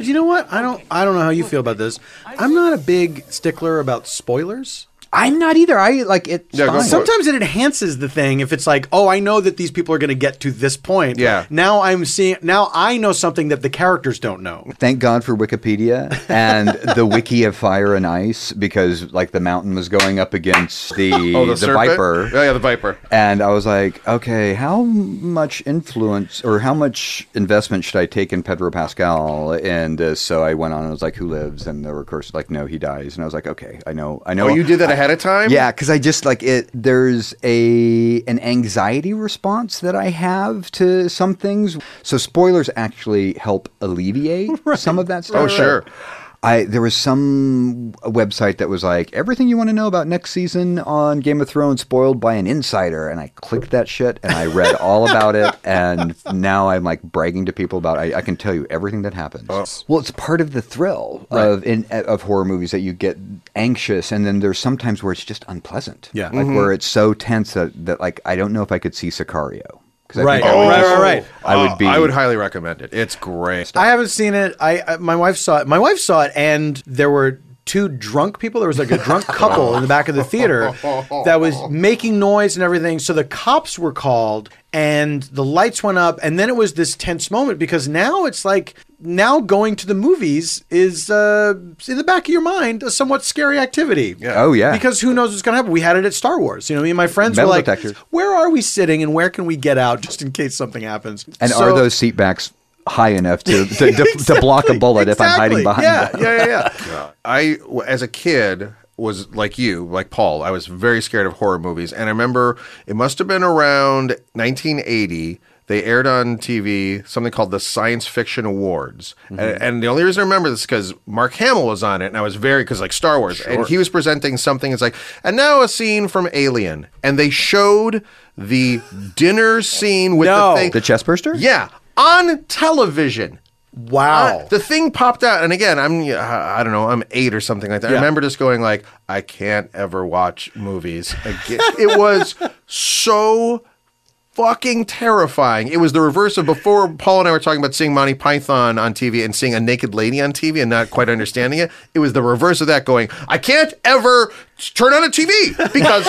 S3: You know what? I don't. I don't know how you feel about this. I'm not a big stickler about spoilers.
S12: I'm not either. I like it.
S1: Yeah, go fine. for it.
S3: Sometimes it enhances the thing if it's like, oh, I know that these people are going to get to this point.
S12: Yeah.
S3: Now I'm seeing. Now I know something that the characters don't know.
S12: Thank God for Wikipedia and the wiki of Fire and Ice because like the mountain was going up against the
S1: Oh, the
S12: the,
S1: serpent?
S12: viper.
S1: Oh, yeah, the viper.
S12: And I was like, okay, how much influence or how much investment should I take in Pedro Pascal in this? So I went on and was like, who lives? And there were of course like, no, he dies. And I was like, okay, I know, I know.
S1: Oh, you did that
S12: I-
S1: ahead of time?
S12: Yeah, because I just like it. There's a an anxiety response that I have to some things. So spoilers actually help alleviate some of that stuff.
S1: Oh, sure.
S12: I there was some website that was like everything you want to know about next season on Game of Thrones spoiled by an insider, and I clicked that shit and I read all about it, and now I'm like bragging to people about I, I can tell you everything that happens.
S3: Oh.
S12: Well, it's part of the thrill of in of horror movies that you get anxious, and then there's sometimes where it's just unpleasant.
S3: Yeah.
S12: like
S3: Mhm.
S12: where it's so tense that that like I don't know if I could see Sicario. 'Cause I
S3: Right.
S12: think I would
S3: Oh, right,
S12: just-
S3: right, right.
S12: I
S1: Uh,
S12: would be.
S1: I would highly recommend it. It's great.
S3: I haven't seen it. I I- my wife saw it. My wife saw it, and there were two drunk people. There was like a drunk couple in the back of the theater that was making noise and everything. So the cops were called, and the lights went up, and then it was this tense moment because now it's like now going to the movies is uh, in the back of your mind a somewhat scary activity.
S12: Oh, yeah.
S3: because who knows what's going to happen? We had it at Star Wars. You know, me and my friends
S12: Metal
S3: were like,
S12: detectors.
S3: "Where are we sitting, and where can we get out just in case something happens?"
S12: And
S3: So-
S12: are those seat backs high enough to to, to, to block a bullet if I'm hiding behind?
S1: yeah,
S12: them?
S1: yeah, yeah, yeah. I, w- as a kid, was like you, like Paul. I was very scared of horror movies, and I remember it must have been around 1980. They aired on TV something called the Science Fiction Awards, and, and the only reason I remember this because Mark Hamill was on it, and I was very because like Star Wars,
S7: Sure.
S1: and he was presenting something. It's like, and now a scene from Alien, and they showed the dinner scene with
S12: No.
S1: the thing,
S12: The chestburster?
S1: yeah, on television. Uh,
S3: Wow.
S1: the thing popped out, and again, I'm yeah, I I don't know, I'm eight or something like that. I
S7: Yeah.
S1: remember just going like, I can't ever watch movies again. it was so fucking terrifying. It was the reverse of before Paul and I were talking about seeing Monty Python on TV and seeing a naked lady on TV and not quite understanding it. It was the reverse of that going, I can't ever turn on a TV because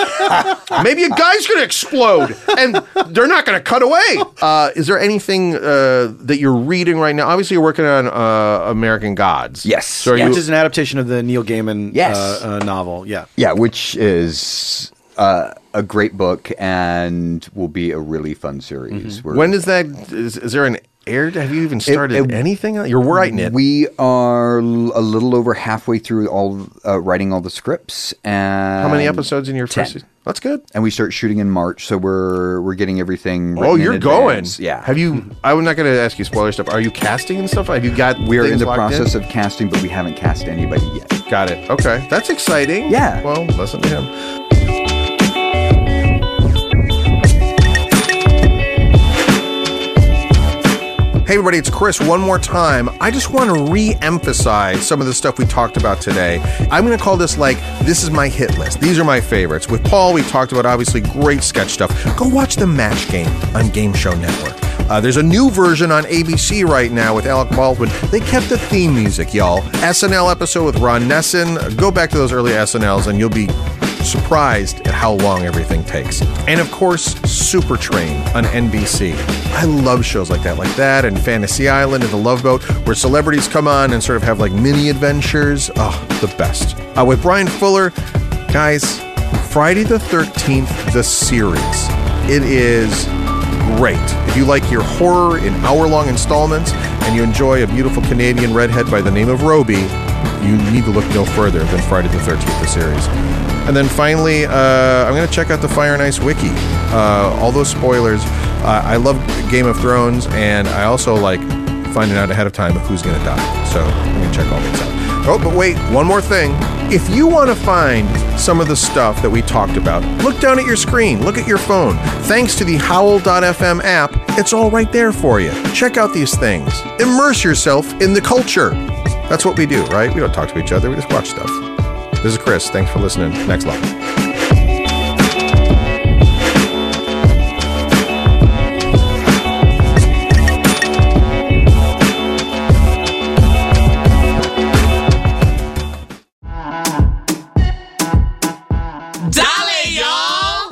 S1: maybe a guy's going to explode and they're not going to cut away. Uh, is there anything uh, that you're reading right now? Obviously, you're working on uh, American Gods. Yes. So are
S3: which
S1: you,
S3: is an adaptation of the Neil Gaiman
S12: Yes.
S3: uh, uh, novel. Yeah.
S12: Yeah, which is uh, a great book and will be a really fun series. We're-
S1: Mm-hmm. when is that? Is, is there an air? Have you even
S12: It-
S1: started
S12: it-
S1: anything? You're writing it.
S12: We are l- a little over halfway through all uh, writing all the scripts. And
S1: How many episodes in your first
S12: 10.
S1: season? That's good.
S12: And we start shooting in March, so we're we're getting everything.
S1: Oh,
S12: written in
S1: you're going.
S12: advance. Yeah.
S1: Have you? I'm not going to ask you spoiler stuff. Are you casting and stuff? Have you got?
S12: We're in
S1: things
S12: the
S1: locked
S12: process of casting, but we haven't cast anybody yet.
S1: Got it. Okay, that's exciting.
S12: Yeah.
S1: Well, listen to him. Hey, everybody, it's Chris one more time. I just want to re emphasize some of the stuff we talked about today. I'm going to call this like, this is my hit list. These are my favorites. With Paul, we talked about obviously great sketch stuff. Go watch The Match Game on Game Show Network. Uh, there's a new version on ABC right now with Alec Baldwin. They kept the theme music, y'all. SNL episode with Ron Nesson. Go back to those early SNLs and you'll be surprised at how long everything takes. And of course, Super Train on NBC. I love shows like that, like that, and Fantasy Island and The Love Boat, where celebrities come on and sort of have like mini adventures. Oh, the best. Uh, with Brian Fuller, guys, Friday the 13th, the series. It is great. If you like your horror in hour long installments and you enjoy a beautiful Canadian redhead by the name of Roby, you need to look no further than Friday the 13th, the series. And then finally, uh, I'm going to check out the Fire and Ice Wiki. Uh, all those spoilers. Uh, I love Game of Thrones, and I also like finding out ahead of time who's going to die. So I'm going to check all these out. Oh, but wait, one more thing. If you want to find some of the stuff that we talked about, look down at your screen, look at your phone. Thanks to the Howl.fm app, it's all right there for you. Check out these things. Immerse yourself in the culture. That's what we do, right? We don't talk to each other, we just watch stuff. This is Chris. Thanks for listening. Next level.
S15: Dale, y'all!